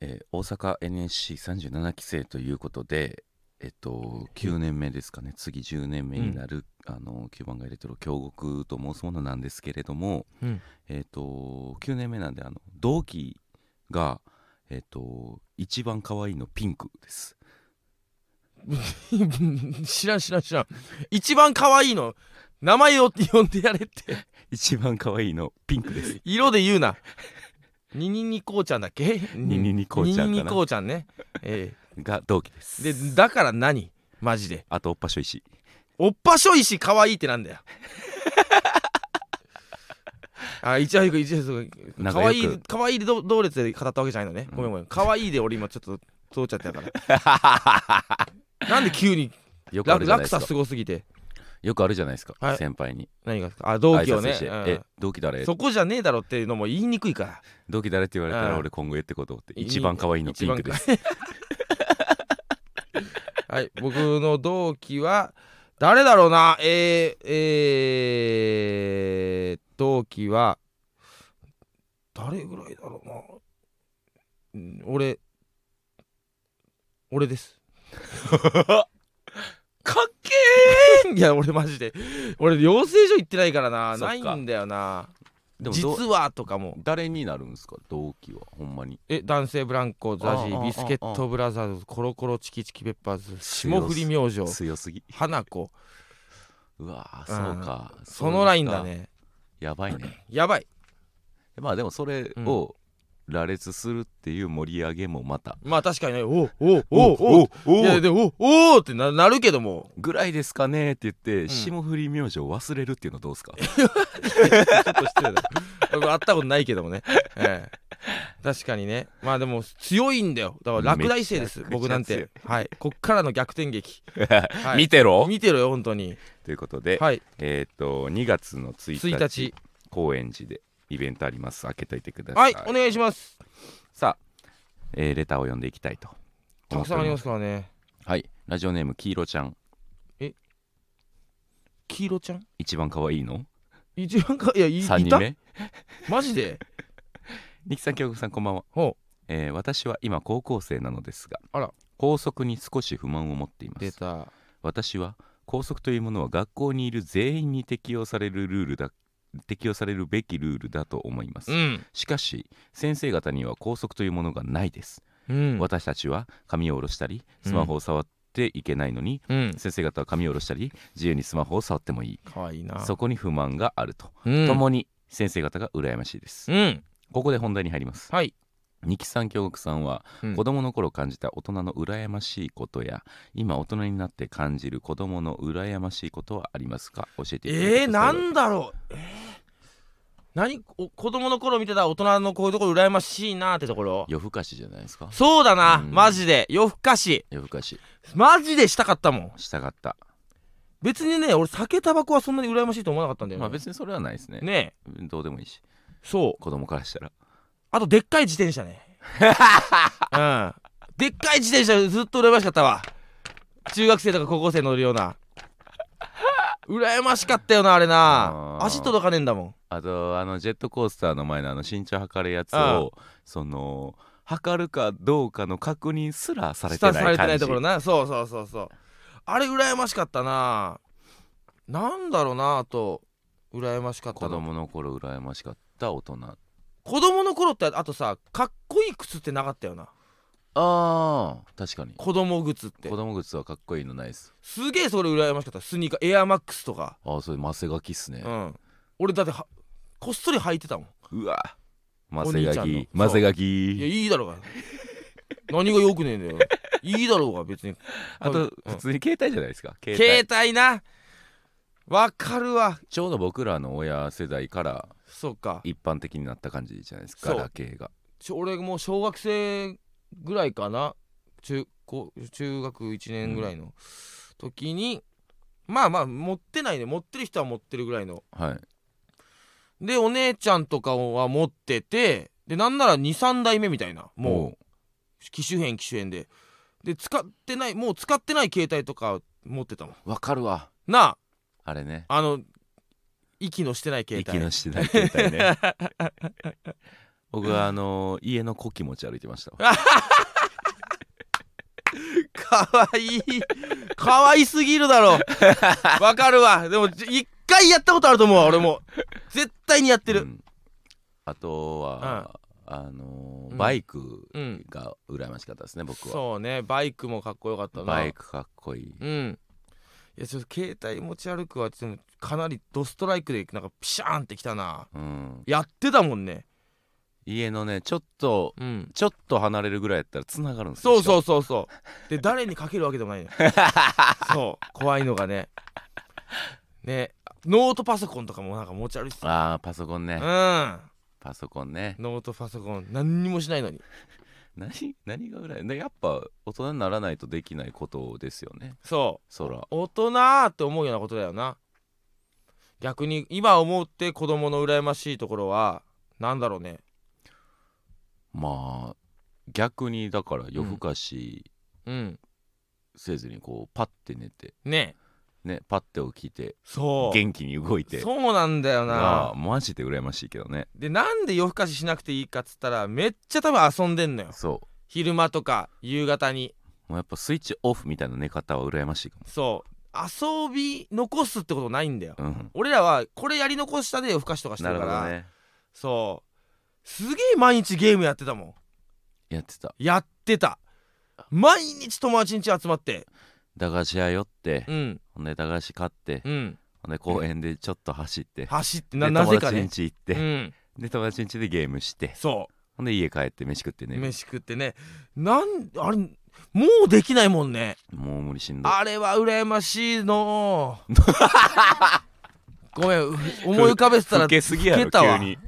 ー大阪 NSC37 期生ということで、えっと、9年目ですかね次10年目になる、あの9番街レトロ京極と申すものなんですけれども、うんえっと、9年目なんであの同期が、えっと、一番可愛いのピンクです。 知らん知らん知らん一番可愛いの名前を呼んでやれって一番可愛いのピンクです。色で言うなニニニコーちゃんだっけニニニコーちゃんかなニニニコーちゃんね、えが同期です。えでだから何マジであとおっぱしょいし。おっぱしょいし可愛いってなんだよあ一応一応なん可かよく愛い可愛い同同列で語ったわけじゃないのね、ごめんごめん可愛いで俺今ちょっと通っちゃったから なんで急によくあらるじゃない落です差かす。ごすぎてよくあるじゃないですか。はい先輩に何がですかあ同期を挨ね拶して、うえん、同期誰そこじゃねえだろっていうのも言いにく いから同期誰って言われたうらん俺今後言ってことって一番可愛いのピンクです。すはい僕の同期は誰だろうなえー、えー、同期は誰ぐらいだろうなうん俺俺です かっけ ーいや俺マジで俺養成所行ってないからなそっなかいんだよなでもどう実はとかも誰になるんですか同期はほんまに。え男性ブランコザジあああーあビスケットブラザーズコロコロチキチキペッパーズ強霜す降り明星強すぎ。花子うわーうんそうか。そのラインだそうか。ねやばい ね。やばいまあでもそれを羅列するっていう盛り上げもまた。まあ確かにねおうおうおうおうおいやでもおうおうってななるけどもぐらいですかねって言って、ん霜降り明星を忘れるっていうのどうですかちょっと失礼だ 僕会ったことないけどもね、ええ、確かにねまあでも強いんだよだから落第生ですめちゃくちゃ僕なんてはいこっからの逆 転劇、はい見てろ見てろよ本当にということで、はいえっ、と2月の1日1日高円寺でイベントあります開けといてくださ、はいいお願いしますさあ、えーレターを読んでいきたいとたくさんありますすからねはいラジオネーム黄色ちゃん黄色ちゃん一番可愛いの一番かいやいい3人た目マジでニキさん京子さんこんばんは、ほえー私は今高校生なのですがあら校則に少し不満を持っていうま出すた私は校則というものは学校にいる全員に適用されるルールだ適用されるべきルールだと思います、うん、しかし先生方には校則というものがないですうん私たちは髪を下ろしたりスマホを触っていけないのに、うん、先生方は髪を下ろしたり自由にスマホを触ってもいいかわいいなそこに不満があると、うん共に先生方が羨ましいです、うんここで本題に入りますはい二木さん京極さんは、うん子供の頃感じた大人の羨ましいことや今大人になって感じる子供の羨ましいことはありますか教えてくださいえー、なんだろうえー、何お子供の頃見てた大人のこういうところ羨ましいなってところ夜更かしじゃないですかそうだな、うんマジで夜更かし夜更かしマジでしたかったもんしたかった、別にね俺酒タバコはそんなに羨ましいと思わなかったんだよ、ねまあ別にそれはないですねねどうでもいいしえそう子供からしたらあとでっかい自転車ね うんでっかい自転車ずっと羨ましかったわ中学生とか高校生乗るような羨ましかったよなあれなあー足届かねえんだもんあとあのジェットコースターの前のあの身長測るやつああをその測るかどうかの確認すらされスてタなーされいてな感いじところなそうそうそうそうあれ羨ましかったななんだろうなあと羨ましかった子の供の頃羨ましかった大人あ子供の頃ってあとさかっこいい靴ってなかったよなあ確かに子供靴って子供靴はかっこいいのないっすすげえそれ羨ましかったスニーカーエアマックスとかああそれマセガキっすねう、ん俺だってはこっそり履いてたもんうわマおセ兄ちガゃんのキマセガいやキいいだろうが何がよくねえんだよいいだろうが別にあうとん普通に携帯じゃないですか携帯携帯なわかるわちょうど僕らの親世代からそうか一般的になった感じじゃないですかそうガラケーがちょ俺もう小学生ぐらいかな中高中学1年ぐらいの時に、まあまあ持ってないね持ってる人は持ってるぐらいのはいでお姉ちゃんとかは持っててでなんなら23代目みたいなもうお機種変機種変でで使ってないもう使ってない携帯とか持ってたもんうわかるわなああれねあの息のしてない携息帯 のしてない携帯ね僕はあのー家の子気持ち歩いてましたわかわいいかわいすぎるだ ろわかるわでもじ一回やったことあると思うわ俺も絶対にやってうるんあとは、あのーバイクうんが羨ましかったですね、僕はそうねバイクもかっこよかったなバイクかっこいい、うんいやちょっと携帯持ち歩くはちょっとかなりドストライクでなんかピシャーンってきたなうん、やってたもんね家のねちょっとうんちょっと離れるぐらいやったらつながるんですよそうそううそうそうで誰にかけるわけで もないのそう怖いのがねねノートパソコンとかもなんか持ち歩いてたあーパソコンね、うんパソコンねノートパソコン何にもしないのに何何が羨まやっぱ大人にならないとできないことですよねそそらう大人って思うようなことだよな逆に今思って子供の羨ましいところはなんだろうねまあ逆にだから夜更かしうんせずにこうパッて寝て、ねねパッて起きてそう元気に動いてそうなんだよがなマジで羨ましいけどねでなんで夜更かししなくていいかっつったらめっちゃ多分遊んでんのよそ昼間とか夕方にうもうやっぱスイッチオフみたいな寝方は羨ましいかそう遊び残すってことないんだよもうん俺らはこれやり残したで夜更かしとかしてなるるかほどら、ねそうすげえ毎日ゲームやってたもんやってたやってた毎日友達ん家集まって駄菓子屋寄って、うんほんで駄菓子買って、うんほんで公園でちょっと走って、走ってでななぜか友達んね家行っうて、んで友達ん家でゲームしてそほんで家帰って飯食ってうね飯食ってねなんあれもうできないもんねもう無理しんどいあれは羨ましい のごめんう思い浮かべてたら老けすぎや老ろけたわ急に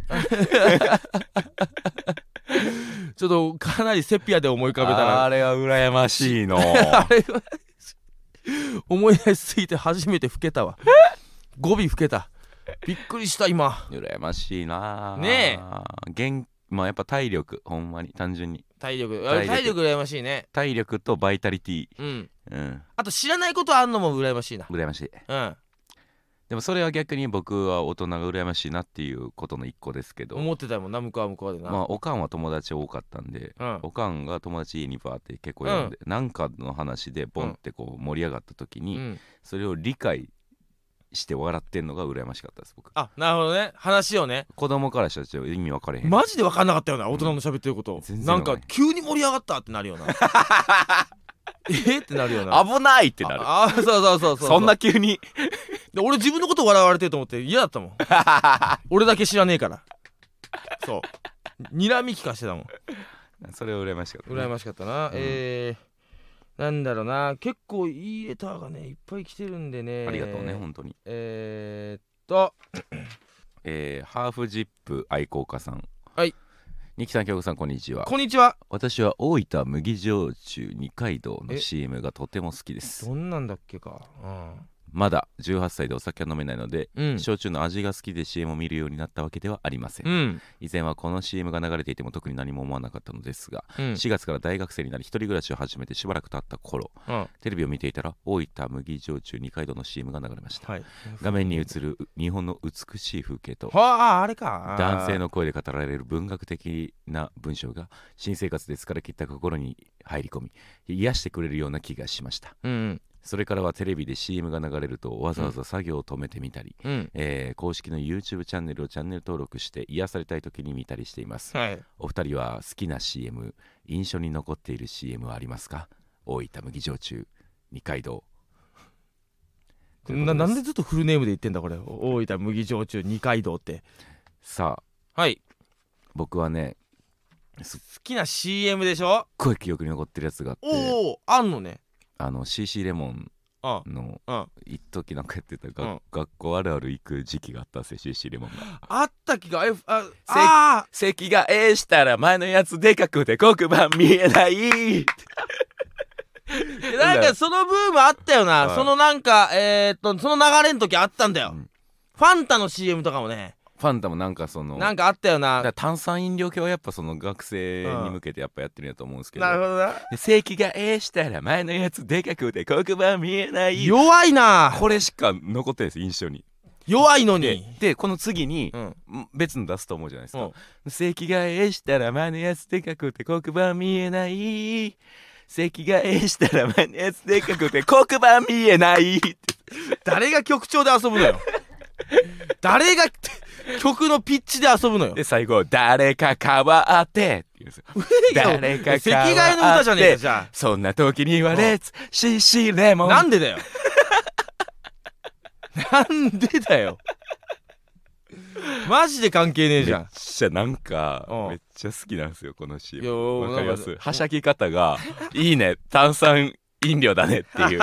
ちょっとかなりセピアで思い浮かべたらあれは羨ましいのあれは思い出しすぎて初めて老けたわ語尾老けたびっくりした今 羨ましいなあね元まあやっぱ体力ほんまに単純に体力体力体力羨ましいね体力とバイタリティうんうんあと知らないことあんのも羨ましいな羨ましいうんでもそれは逆に僕は大人が羨ましいなっていうことの一個ですけど思ってたもんな向こうは向こうでな、まあおかんは友達多かったんでうんおかんが友達家にバーって結構呼んで、なんかの話でボンってこう盛り上がった時うに、ん、それを理解して笑ってんのが羨ましかったです僕あなるほどね話をね子供からしたらちょっと意味分かれへんマジで分かんなかったよなうん大人の喋ってること、全然なわかんんないか急に盛り上がったってなる よなえってなるよなっ危ないってなるああそうそうそうそううそんな急に で俺自分のこと笑われてると思って嫌だった もん俺だけ知らねえからそうにらみ聞かしてたもんそれは羨ましかったね、羨ましかったな、えー、なんだろうな結構いいレターがねいっぱい来てるんでねありがとうね本当にえー、っとえーハーフジップ愛好家さんはいニキさん京子さんこんにちはこんにちは私は大分麦焼酎二階堂のえ CM がとても好きですどんなんだっけかまだ18歳でお酒は飲めないので、うんうん焼酎の味が好きで CM を見るようになったわけではありません、うん以前はこの CM が流れていても特に何も思わなかったのですが、うん4月から大学生になり一人暮らしを始めてしばらく経った頃うんテレビを見ていたら大分麦焼酎二階堂の CM が流れましたはい画面に映る日本の美しい風景とはああれか男性の声で語られる文学的な文章が新生活で疲れ切った心に入り込み癒してくれるような気がしましたうんそれからはテレビで CM が流れるとわざわざ作業を止めてみたり、うんえー公式の YouTube チャンネルをチャンネル登録して癒されたい時に見たりしていますはいお二人は好きな CM 印象に残っている CM はありますか大分麦焼酎二階堂ななんでということすずっとフルネームで言ってんだこれお大分麦焼酎二階堂ってさあはい僕はね好きな CM でしょすっごい記憶に残ってるやつがあっておおあんのねあの CC レモンあのうん一時なんかやってたが、うん学校あるある行く時期があったんですよ CC レモンがあった気がえああ席がええしたら前のやつでかくて黒板見えないーえ なんかそのブームあったよな、うんそのなんかえー、っとその流れの時あったんだよ、うんファンタの CM とかもねファンタもなんかそのなんかあっただかよなら炭酸飲料系はやっぱその学生に向けてやっぱやってるんやと思うんですけど、なるほどなで席がええしたら前のやつでかくて黒板見えない弱いなこれしか残ってないです印象に弱いのでにでこの次にう、んん別の出すと思うじゃないですうかん「席替えしたらマネアスでかくて黒板見えない」「席替えしたらマネアスでかくて黒板見え ない」誰が曲調で遊ぶの よ誰が曲のピッチで遊ぶのよで最後「誰か変わって」って言うんですよ誰か変わって席替えの歌じゃねえかじゃそんな時にはレッツシシレあモンなんでだよなんでだよマジで関係ねえじゃめんっちゃなんかうんめっちゃ好きなんですよこのシいやーンーわかりまなんすかはしゃぎ方が「いいね炭酸飲料だね」って いう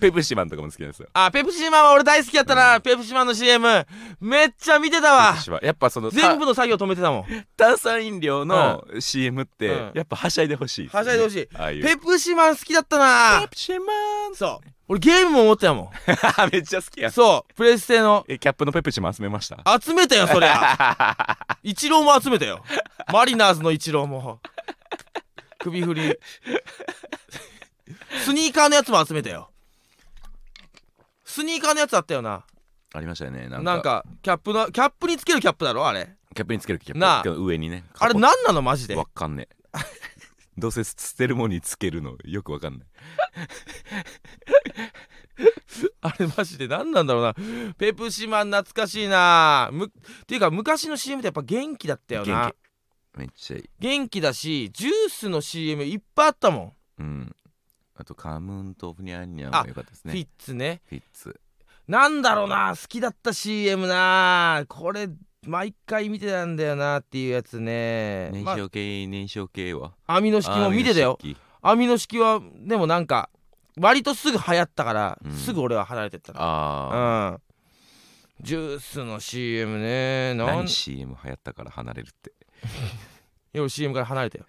ペプシマンとかも好きなんですよあペプシマンは俺大好きやったな、ペプシマンの CM めっちゃ見てたわペプシマンやっぱそのた全部の作業止めてたもん炭酸飲料の CM ってうんやっぱはしゃいでほしいですよねはしゃいでほしいああいうペプシマン好きだったなプシマンそう俺ゲームも持ってたも めっちゃ好きやんそうプレステのえキャップのペプシマン集めました集めたよそりゃイチローも集めたよマリナーズのイチローも首振りスニーカーのやつも集めたよスニーカーのやつあったよなありましたよねななんんかかキャップのキャップにつけるキャップだろあれキャップにつけるキャなッあプの上にねあれカポッ何なのマジでわかんねえどうせ捨てるものにつけるのよくわかんないあれマジで何なんだろうなペプシマン懐かしいなむっていうか昔の CM ってやっぱ元気だったよな元めっちゃいい元気だしジュースの CM いっぱいあったもん、うんあとカムンとふにゃんにゃんもよかったですフィねッツねフィッツなんだろうな好きだった CM なこれ毎回見てたんだよなっていうやつね、燃ま焼系燃焼系はあ、網の式も見てたよあー燃焼系網の式はでもなんか割とすぐ流行ったから、うんすぐ俺は離れてったなあうんジュースの CM ねーなん何 CM 流行ったから離れるっていや CM から離れたよ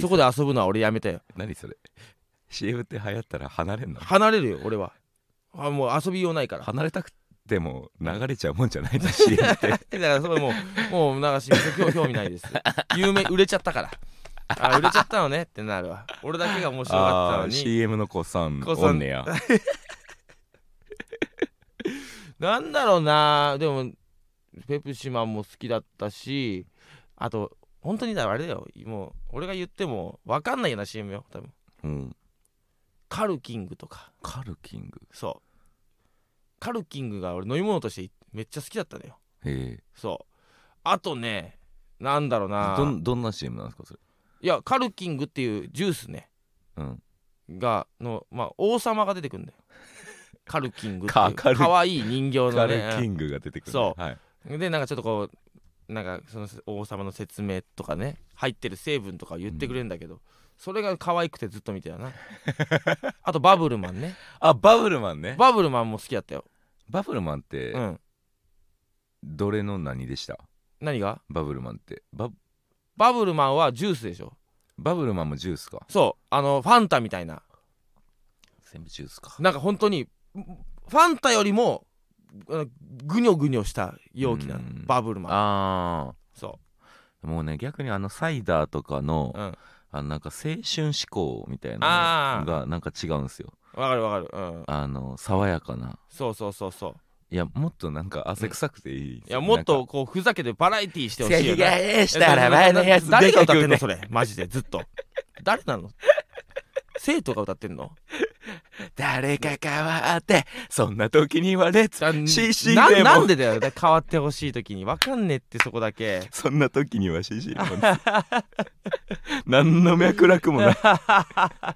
そこで遊ぶのは俺やめたよ何それ CM って流行ったら離れんの離れるよ俺はあもう遊びようないから離れたくても流れちゃうもんじゃないんだ CM ってだからそれも うもう流し興興味ないです有名売れちゃったからあ売れちゃったのねってなるわ俺だけが面白かったあのーに CM の子さん子さんおんねやなんだろうなでもペプシマンも好きだったしあと本当にだあれだよもう俺が言っても分かんないような CM よ多分うんカルキングとかカルキングそうカルキングが俺飲み物としてめっちゃ好きだったのよえそうあとねなんだろうえなどんどんな CM なんですかそれいやカルキングっていうジュースねうんがの、まあ、王様が出てくるん だよカルキングっていかうカルかわいい人形カのルキねングが出てくるねそうはいでなんかちょっとこうなんかその王様の説明とかね入ってる成分とか言ってくれるんだけど、それが可愛くてずっと見 てたなあとバブルマンねあバブルマンねバブルマンも好きだったよ、バブルマンってうん、どれの何でした何がバブルマンってババブルマンはジュースでしょバブルマンもジュースかそうあのファンタみたいな全部ジュースかなんか本当にファンタよりもあのぐにょぐにょした容器なのうんバブルマンあそあもうね逆にあのサイダーとかの、ううんあのなんか青春志向みたいなあのーがなんか違うんですよわかるわかるうんあの爽やかなそうそうそうそういやもっとなんか汗臭くていい、いやもっとこうふざけてバラエティーしてほしいよ席ね替ええしたら前のやつ誰でがか歌ってくんのてそれマジでずっと誰なの生徒が歌ってんの誰か変わってそんな時にはレッツなシーシーレモなンなんでだよだ変わってほしい時にわかんねえってそこだけそんな時にはシシレモンです何の脈絡もない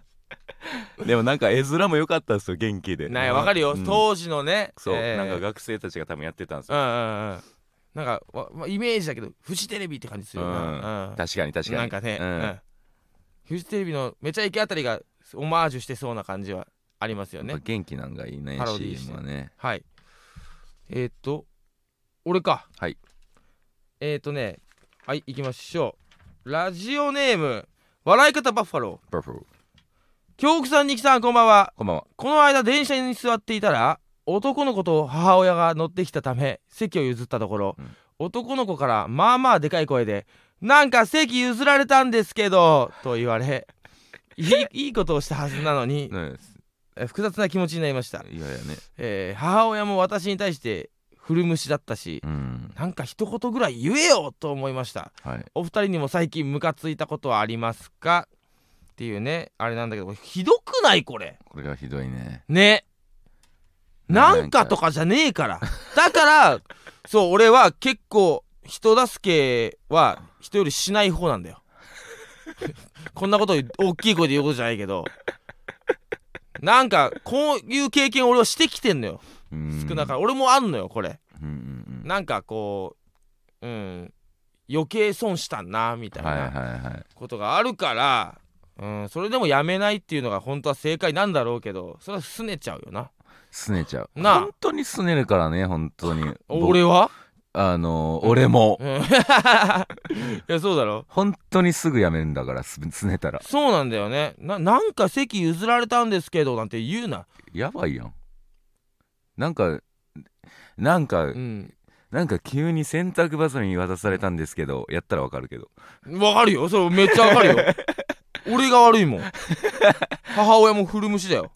でもなんか絵面も良かったですよ元気でなんやわかるよ、うん当時のねそう、えーなんか学生たちが多分やってたんですうよ、んうんうんなんかわまあイメージだけどフジテレビって感じするよな、うん確かに確かになんかね、うんうんフジテレビの「めちゃイケ」あたりがオマージュしてそうな感じはありますよやっねぱ元気なんかいいねパロディーして CM はねはいえー、っと俺かはいえー、っとねはい行きましょうラジオネーム笑い方バッファローバッファロー京極さんにきさんこんばんはこんばんはこの間電車に座っていたら男の子と母親が乗ってきたため席を譲ったところ、うん男の子からまあまあでかい声で「なんか席譲ら れたんですけど」と言われいいいいことをしたはずなのにねえ複雑な気持ちになりました、いやいやねえー母親も私に対して古虫だったしうんなんか一言ぐらい言えよと思いましたはいお二人にも最近ムカついたことはありますかっていうねあれなんだけどこれひどくないこれこれがひどいねねなんかとかじゃねえからだからそう俺は結構人助けは人よりしない方なんだよこんなこと大きい声で言うことじゃないけどなんかこういう経験俺はしてきてんのようん少なから俺もあんのよこれうんうんうんなんかこううん余計損したなみたいな、はいはいはいことがあるから、うん、それでもやめないっていうのが本当は正解なんだろうけどそれは拗ねちゃうよなすねちゃうなあ本当にすねるからね本当に 俺は、あの俺もうん いやそうだろ本当にすぐやめるんだからすすねたらそうなんだよねななんか席譲られたんですけどなんて言うな、やばいやんなんかなんか、うん、なんか急に洗濯バサミ渡されたんですけどやったらわかるけどわかるよそれめっちゃわ かるよ俺が悪いもん母親も古虫だよ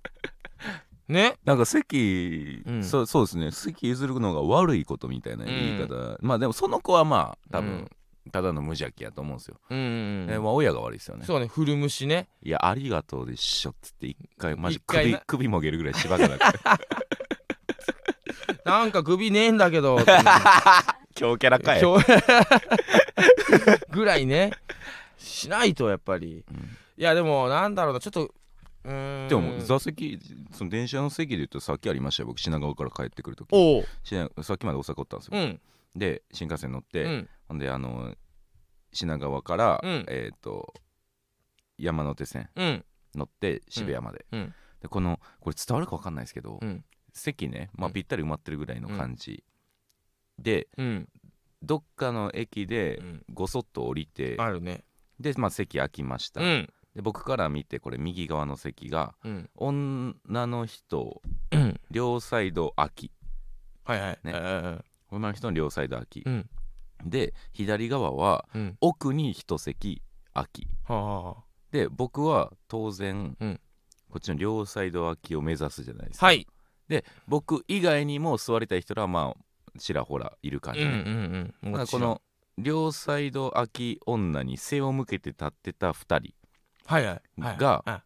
ねなんか席、うんそそうですね席譲るのが悪いことみたいな言い方、まあでもその子はまあ多分、ただの無邪気やと思うんですよ、うんうんえうんまあ、親が悪いですよねそうね古虫ねいやありがとうでしょっつって一回マジ一回首な首もげるぐらい芝がな くてなんか首ねえんだけど強キャラかい、今日 ぐらいねしないとやっぱりいやでもなんだろうなちょっとうーんでも座席その電車の席で言うとさっきありましたよ僕品川から帰ってくるときおう品さっきまで大阪おったんですよ、うんで新幹線乗っうて、んほんであの品川から、うんえっ、と山手線うん乗って渋谷まで、うんでこのこれ伝わるか分かんないですけど、うん席ね、まあ、うんぴったり埋まってるぐらいの感じ、でうんどっかの駅でうんごそっと降りて、あるねで、まあ、席空きました、うんで僕から見てこれ右側の席がうん女の人うん両サイド空きはいはいねうん女の人の両サイド空き、うんで左側はうん奥に一席空きはあはあはあで僕は当然、うんこっちの両サイド空きを目指すじゃないですか、はい僕以外にも座りたい人らはまあちらほらいる感うんじ、うねんうんだからもちころんの両サイド空き女に背を向けて立ってた2人はいはいはいがあ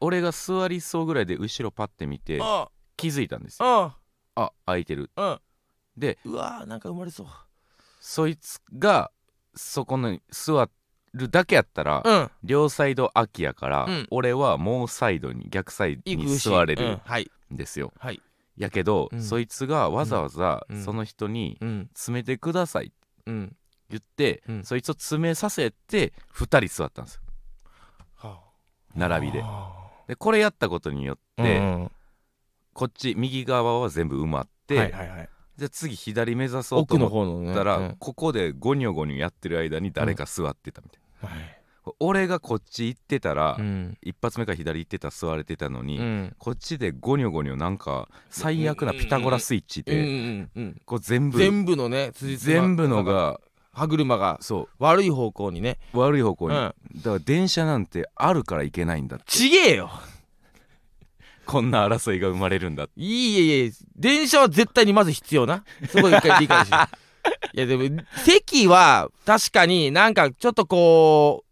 俺が座りそうぐらいで後ろパッて見てあ気づいたんですよああ空いてるあうんでうわーなんか生まれそうそいつがそこに座るだけやったら、うん両サイド空きやから、うん俺はもうサイドに逆サイド行にくし座れうんるはいんですよ、はいやけど、うんそいつがわざわざうんその人にうん詰めてくださいってうん言って、うんそいつを詰めさせて2人座ったんですよはあ並びであでこれやったことによあって、うんうんこっち右側は全部埋まって、はいはいはいじゃあ次左目指そうと奥の思方のねったら、うんここでゴニョゴニョやってる間に誰か座ってたみたいはいな、俺がこっち行ってたら、うん一発目から左行ってたら座れてたのに、うんこっちでゴニョゴニョなんか最悪なピタゴラスイッチうんうで、んうんこう全部全部のね辻褄全部のが歯車がそ悪い方向にねう悪い方向うに、んだから電車なんてあるから行けないんだちげえよこんな争いが生まれるんだいいえいえ電車は絶対にまず必要なそこ一回理解 していやでも席は確かになんかちょっとこ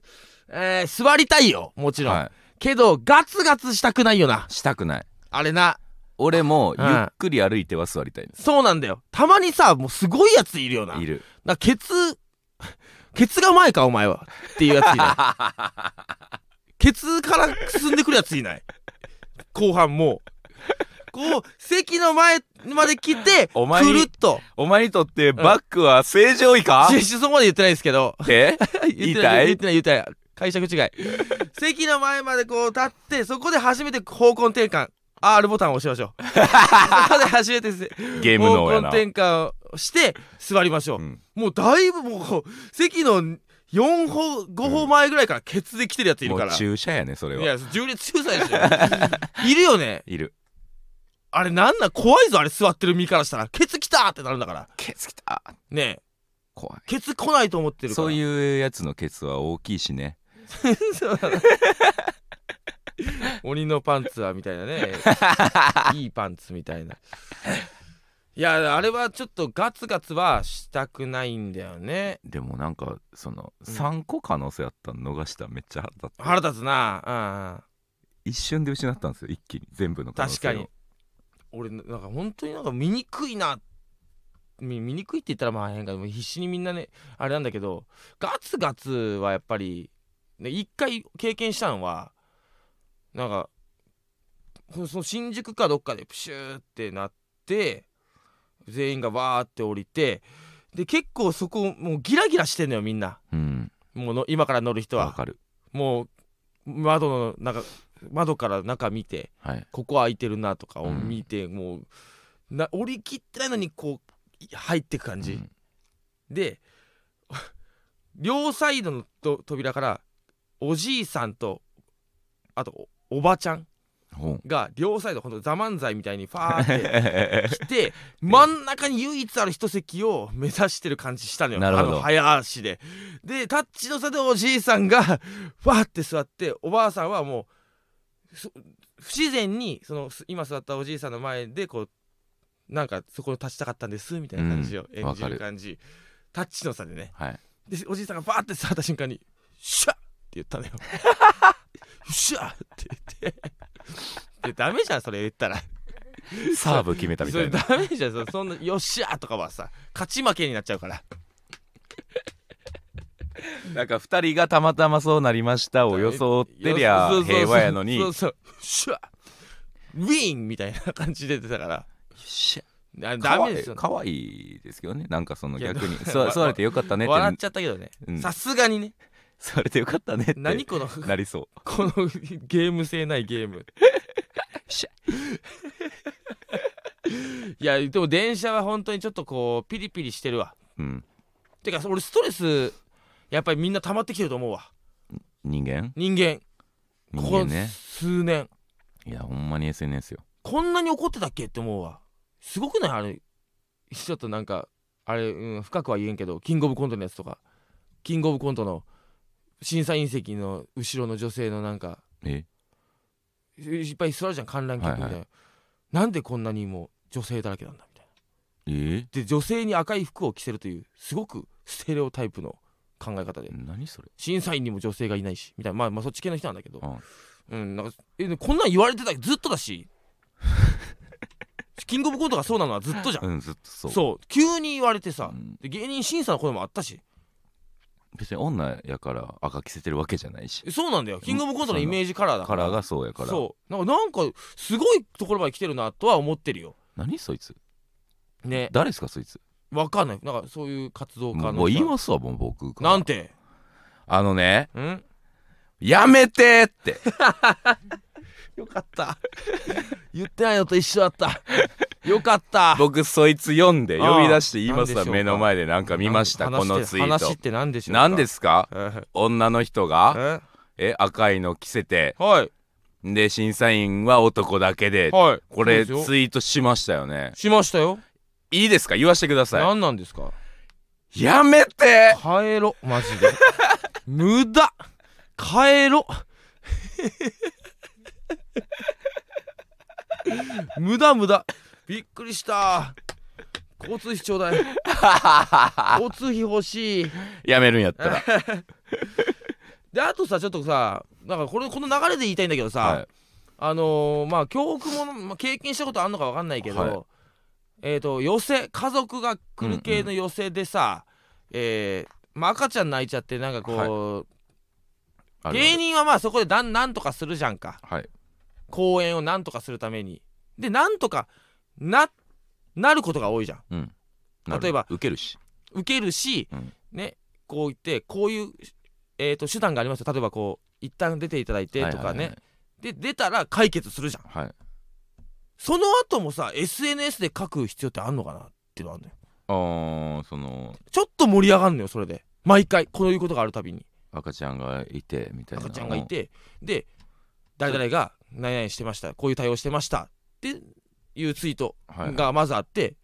う、えー座りたいよもちろん、は、けどガツガツしたくないよないしたくないあれな俺もうゆんっくり歩いては座りたいんです、そうなんだよたまにさもうすごいやついるよないるなケツケツが前かお前はっていうやついない ケツから進んでくるやついない後半もうこう席の前まで来てお前くるっとお前にとってバッグは正常位か、ししそこまで言ってないですけど って言って痛ないい言ってない言ってない解釈違い席の前までこう立ってそこで初めて方向転換 R ボタンを押しましょ うそこで初めてせゲーム方の向やな、転換をして座りましょううんもうだいぶもう席の4歩5歩前ぐらいからケツで来てるやついるもかうら、注射やねそれいはや重列中歳でし ょいるよねいるあれなんなん怖いぞあれ座ってる身からしたらケツ来たーってなるんだからケツきたねえ怖ケツ来ないと思っているからそうういうやつのケツは大きいしねそうなの 鬼のパンツはみたい なねいいパンツみたいないやあれはちょっとガツガツはしたくないんだよねでもなんかそのうん3個可能性あったの逃しためっちゃ腹立って腹立つな一瞬で失ったんですよ一気に全部のうん可うん能確性をかに俺なんか本当になんか醜いなみ醜いって言ったらまあ変かでも必死にみんなねあれなんだけどガツガツはやっぱりね一回経験したのはなんかそその新宿かどっかでプシューってなって全員がわーって降りてで結構そこもうギラギラしてんのよみんなうんもうの今から乗る人わはかるもう窓の中窓から中見てはいここ空いてるなとかをうん見て、もうな折り切ってないのにこう入ってく感じ、うんで 両サイドのと扉からおじいさんとあとおおばちゃんほんが両サイドほんと「ザ漫才みたいにファーってな来て真ん中に唯一ある一席を目指してる感じしたのよなるほどあの早足ででタッチの差でおじいさんがわーって座っておばあさんはもうそ不自然にそのす今座ったおじいさんの前でこうなんかそこに立ちたかったんですみたいな感じをうん演じわかるる感じ、タッチの差でね はいでおじいさんがバーって座った瞬間に「シャッ!」って言った のよ「シャッ!」って言ってでダメじゃんそれ言ったらサーブ決めたみそたれいなダメじゃんそそんな「よっしゃ!」とかはさ勝ち負けになっちゃうからなんか2人がたまたまそうなりましたを装ってりゃそうそうそう平和やのにそうそうよっしゃウィーンみたいな感じで出たからしかあダわメいですよ可愛いですけどねなんか そのいや逆にでも座座れてよかったね笑っってちゃったけどねうんさすがにね座れてよかったねって何このなりそこのゲーム性ないゲームしいやでも電車は本当にちょっとこうピリピリしてるわう、うん、てか俺ストレスやっぱりみんな溜まってきてると思うわ人間人間人ここ間ね数年いやほんまに SNS よこんなに怒ってたっけって思うわすごくないあれちょっとなんかあれ、うん、深くは言えんけどキングオブコントのやつとかキングオブコントの審査員席の後ろの女性のなんかえいいっぱい座るじゃん観覧客みたいな、はいはなんでこんなにもう女性だらけなんだみたいえなで女性に赤い服を着せるというすごくステレオタイプの考え方で何それ審査員にも女性がいないしみたいなまあまあそっち系の人なんだけどあうんなんかえこんなん言われてたずっと だしキングオブコントがそうなのはずっとじゃんうんずっとそうそう急に言われてさ、うんで芸人審査の声もあったし別に女やから赤着せてるわけじゃないしそうなんだよキングオブコントのイメージカラーだカからラーがそうやからそうなんかなんかすごいところまで来てるなとは思ってるよ何そいつね誰ですかそいつわかんないなんかそういう活動家のもう言い人ますわもう僕からなんてあのねんやめてーって よかった言ってないのと一緒だ ったよかった僕そいつ読んでああ呼び出して言いますわなんでしょうか目の前でなんか見ましたなんこ話のツイー話トって何でしょうか何ですかえ女の人がええ赤いの着せてはいで審査員は男だけではいこれツイそうですよートしましたよねしましたよいいですか言わしてくださ何なんですかいやめて帰ろマジで無駄帰ろ無駄無駄びっくりした交通費ちょう だい交通費欲しいやめるんやった らであとさちょっとさなんかこれこの流れで言いたいんだけどさ、はいあのーまあ教訓も、まあ、経験したことあんのかわかんないけど、はいえっ、と寄せ家族が来る系の寄せでさ、えーまあ、赤ちゃん泣いちゃってなんかこう、あるある芸人はまあそこでなんなんとかするじゃんかはい公演をなんとかするためにでなんとかななることが多いじゃんうんなる例えば受けるし受けるし、うんねこう言ってこういう、えー、と手段がありますよ例えばこう一旦出ていただいてとかね、で出たら解決するじゃんはいはいはいはいその後もさ SNS で書く必要ってあんのかなっていうのあんのよあーそのちょっと盛り上がるのよそれで毎回こういうことがあるたびに赤ちゃんがいてみたいな赤ちゃんがいてで誰々が何々してましたこういう対応してましたっていうツイートはいがまずあって、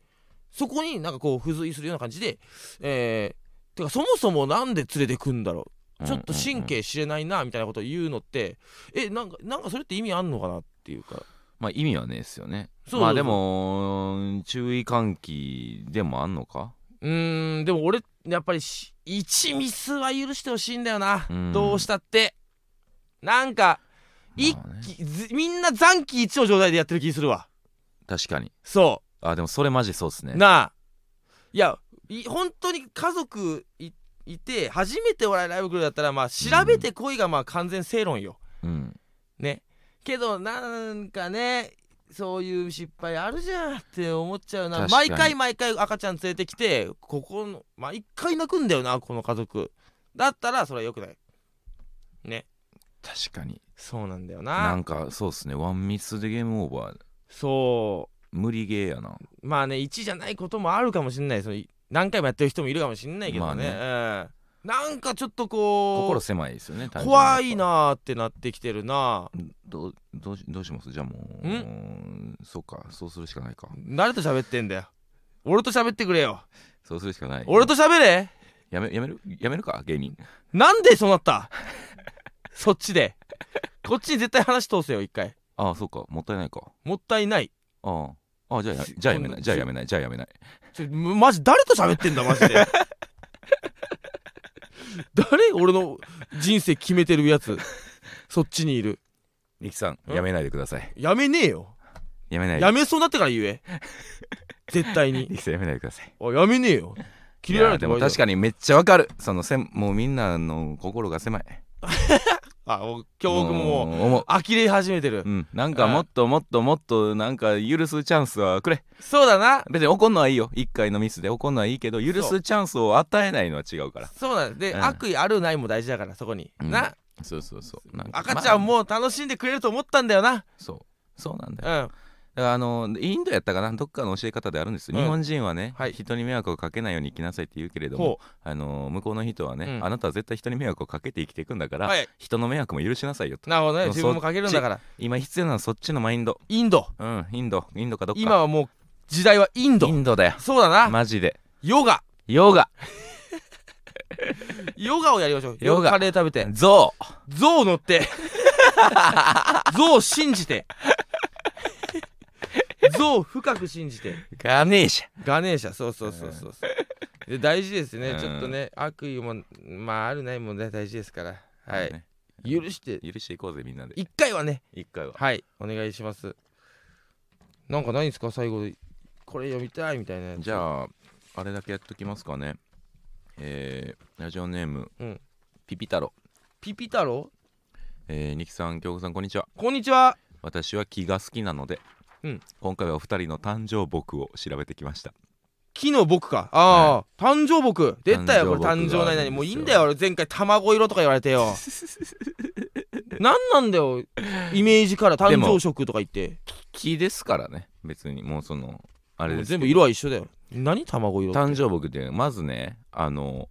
そこになんかこう付随するような感じでえー、てかそもそもなんで連れてくんだろううんちょっと神経知れないなみたいなことを言うのってえなんかなんかそれって意味あんのかなっていうかまあ意味はねえですよねそうそうそうまあでも注意喚起でもあんのかうーんでも俺やっぱりし一ミスは許してほしいんだよなうんどうしたってなんか一まあね気ずみんな残機一の状態でやってる気するわ確かにそうあでもそれマジそうっすねなあいやい本当に家族いいて初めてお笑いライブ来るだったらまあ調べてこいがまあ完全正論よ、うんねけどなんかねそういう失敗あるじゃんって思っちゃうな確か毎に回毎回赤ちゃん連れてきてここの毎回泣くんだよなこの家族だったらそれはよくないね確かにそうなんだよななんかそうっすねワンミスでゲームオーバーそう無理ゲーやなまあね1じゃないこともあるかもしれないそのい何回もやってる人もいるかもしれないけどね,、うん、なんかちょっとこ心う狭いですよね単純に怖いなーってなってきてるなどうどうしどうしますじゃあもうそうかそうするしかないか誰と喋ってんだよ俺と喋ってくれよそうするしかない俺と喋れやめやめるやめるか芸人なんでそうなったそっちでこっちに絶対話通せよ一回ああそうかもったいないかもったいないああああじゃあやじゃあやめないじゃあやめないじゃあやめないちょむマジ誰と喋ってんだマジで誰俺の人生決めてるやつそっちにいるミキさんうんやめないでくださいやめねえよやめないでやめそうになってから言え絶対にミキさんやめないでくださいあやめねえよ切れられていやでも確かかにめっちゃわかるそのせんもうみんなの心が狭いあもう今日僕ももうう思う呆れ始めてる、うん、なんかもっともっともっとなんか許すチャンスはくれそうだな別に怒んのはいいよ一回のミスで怒んのはいいけど許すチャンスを与えないのは違うからそうなんで、うん悪意あるないも大事だからそこに、うんなそうそうそうなんか赤ちゃんまあもう楽しんでくれると思ったんだよな、そうそうなんだようんだからあのインドやったかなどっかの教え方であるんですよ、うん日本人はね、はい人に迷惑をかけないように生きなさいって言うけれどもほあの向こうの人はね、うんあなたは絶対人に迷惑をかけて生きていくんだから、はい人の迷惑も許しなさいよとなるほどねそう自分もかけるんだから今必要なのはそっちのマインドインドうんインドインドかどっか今はもう時代はインドインドだよそうだな、マジでヨガヨガ ヨガをやりましょうヨガカレー食べてゾウ象乗って 象信じて象深く信じてガネーシャガネーシャそうそうそうそうそうで大事ですね、うんちょっとね悪意もまああるないもね大事ですからはい、ね許して許していこうぜみんなで一回はね一回ははいお願いしますなんかないんですか最後でこれ読みたいみたいなやつじゃああれだけやっときますかねえーラジオネーム、うんピピ太郎ピピ太郎えー、ニキさん京子さんこんにちはこんにちは私は気が好きなので、うん今回はお二人の誕生木を調べてきました木の僕かああ、誕生僕出たよこれ誕生木誕生があ何るんですよ々もういいんだよ俺前回卵色とか言われ てよなんなんだよイメージから誕生色とか言って木ですからね別にもうそのあれもでうすけ全ど部色は一緒だよ何卵色って誕生木っていうのはまずねあの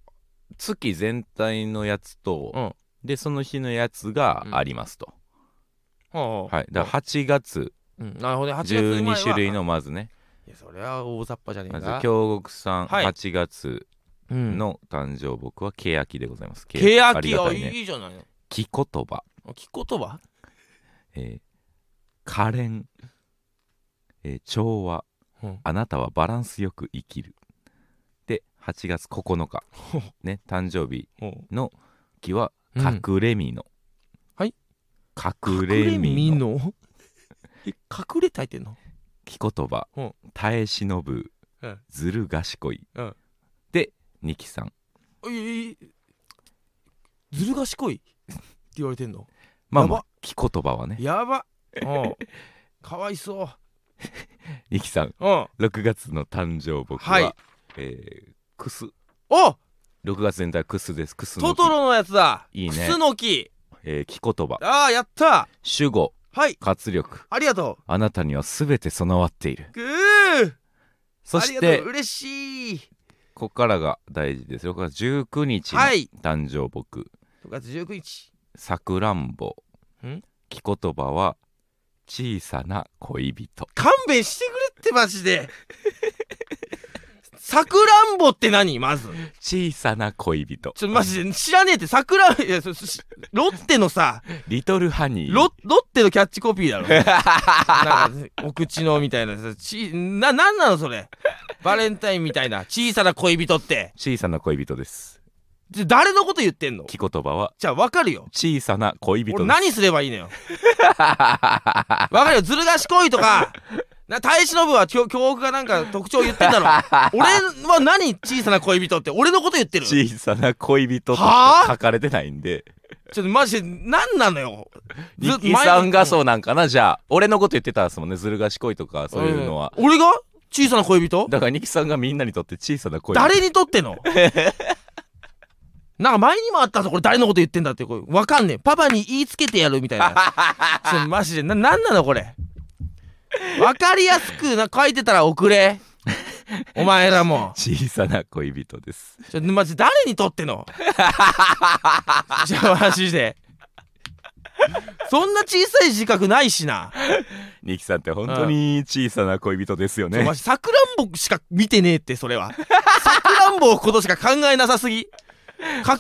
月全体のやつと、うんでその日のやつがありますと、はあはいだから8月うんなるほどね8月生ま12れは種類のまずねいやそれは大雑把じゃねえまずか、京極さん、はい8月うんの誕生僕はケヤキでございます。ケヤありキがはたいね。いいじゃないの木言葉、聞く言葉えー、可憐、えー調和、うんあなたはバランスよく生きる。で、8月9日 ほう、ね、誕生日うんの木は隠れみの。はい。隠れみの。の え隠れたいってんの木言葉うん、耐え忍ぶうん、ずる賢いうん。で、二木さん。ええずる賢いって言われてんのまあまやあ、木言葉はね、やばうんかわいそう二木さん。うん6月の誕生僕は、はいえークスお6月全体はクスですクスの木トトロのやつだいいねクスノキえー、木言葉ああやった主語はい活力ありがとあなたには全て備わっているうグーそあしりがてとう嬉しいここからが大事です6月19日のはい誕生僕6月19日さくらんぼん木言葉は小さな恋人勘弁してくれってマジで さくらんぼって何まず小さな恋人ちょマジで知らねえってさくらいやそしロッテのさリトルハニーロロッテのキャッチコピーだろなんかお口のみたいなさちななんなのそれバレンタインみたいな小さな恋人って小さな恋人ですちょ誰のこと言ってんの聞き言葉はじゃあ分かるよ小さな恋人俺です何すればいいのよわかるよずる賢いとかな耐え忍ぶは教教育がなんか特徴言ってんだろ俺は何小さな恋人って俺のこと言ってるちょ小さな恋人としてはあ書かれてないんでっとマジで何なのよ日記さんがうそうなんかなじゃあ俺のこと言ってたんですもんねずる賢いとかそういうのは、俺が小さな恋人だからニキさんがみんなにとって小さな恋人誰にとってのなんか前にもあったぞこれ誰のこと言ってんだってこれわかんねえパパに言いつけてやるみたいなちょマジでななんなのこれわかりやすくな書いてたら遅れお前らも小さな恋人ですちょマジ誰にとってのじゃあマジでそんな小さい自覚ないしな、ニキさんって本当に小さな恋人ですよちょねマジさくらんぼしか見てねえってそれは さくらんぼことしか考えなさすぎ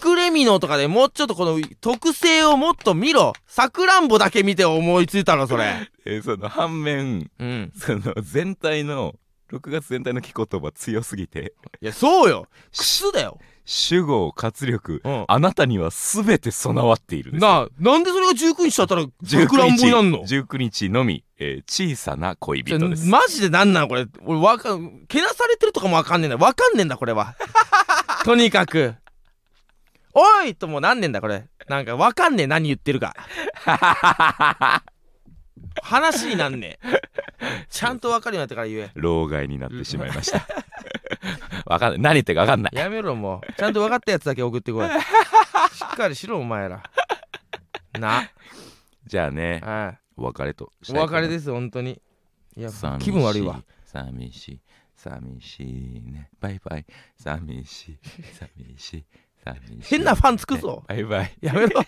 隠れみのとかでもうちょっとこの特性をもっと見ろさくらんぼだけ見て思いついたのそれえーその反面うんその全体の6月全体の聞き言葉強すぎていやそうよ靴だよ主語活力、うんあなたには全て備わっているですなあなんでそれが19日だったらさくらんぼになんの19日19日のみ、えー小さな恋ちょ人ですマジでなんなのこれ俺わかんけなされてるとかもわかんねえんだわかんねえんだこ れはとにかく「おい!」ともなんねえんだこれなんかわかんねえ何言って るか話になんねえちゃんとわかるようになってから言え老害になってしまいました わかんない何言ってるかわかんないやめろもうちゃんとわかったやつだけ送ってこいしっかりしろお前らなじゃあねはお別れとしいたおい別れです本当にいや寂し気分悪いわ寂しい寂しいねバイバイ寂しい寂しい寂しい変なファンつくぞねバイバイやめろ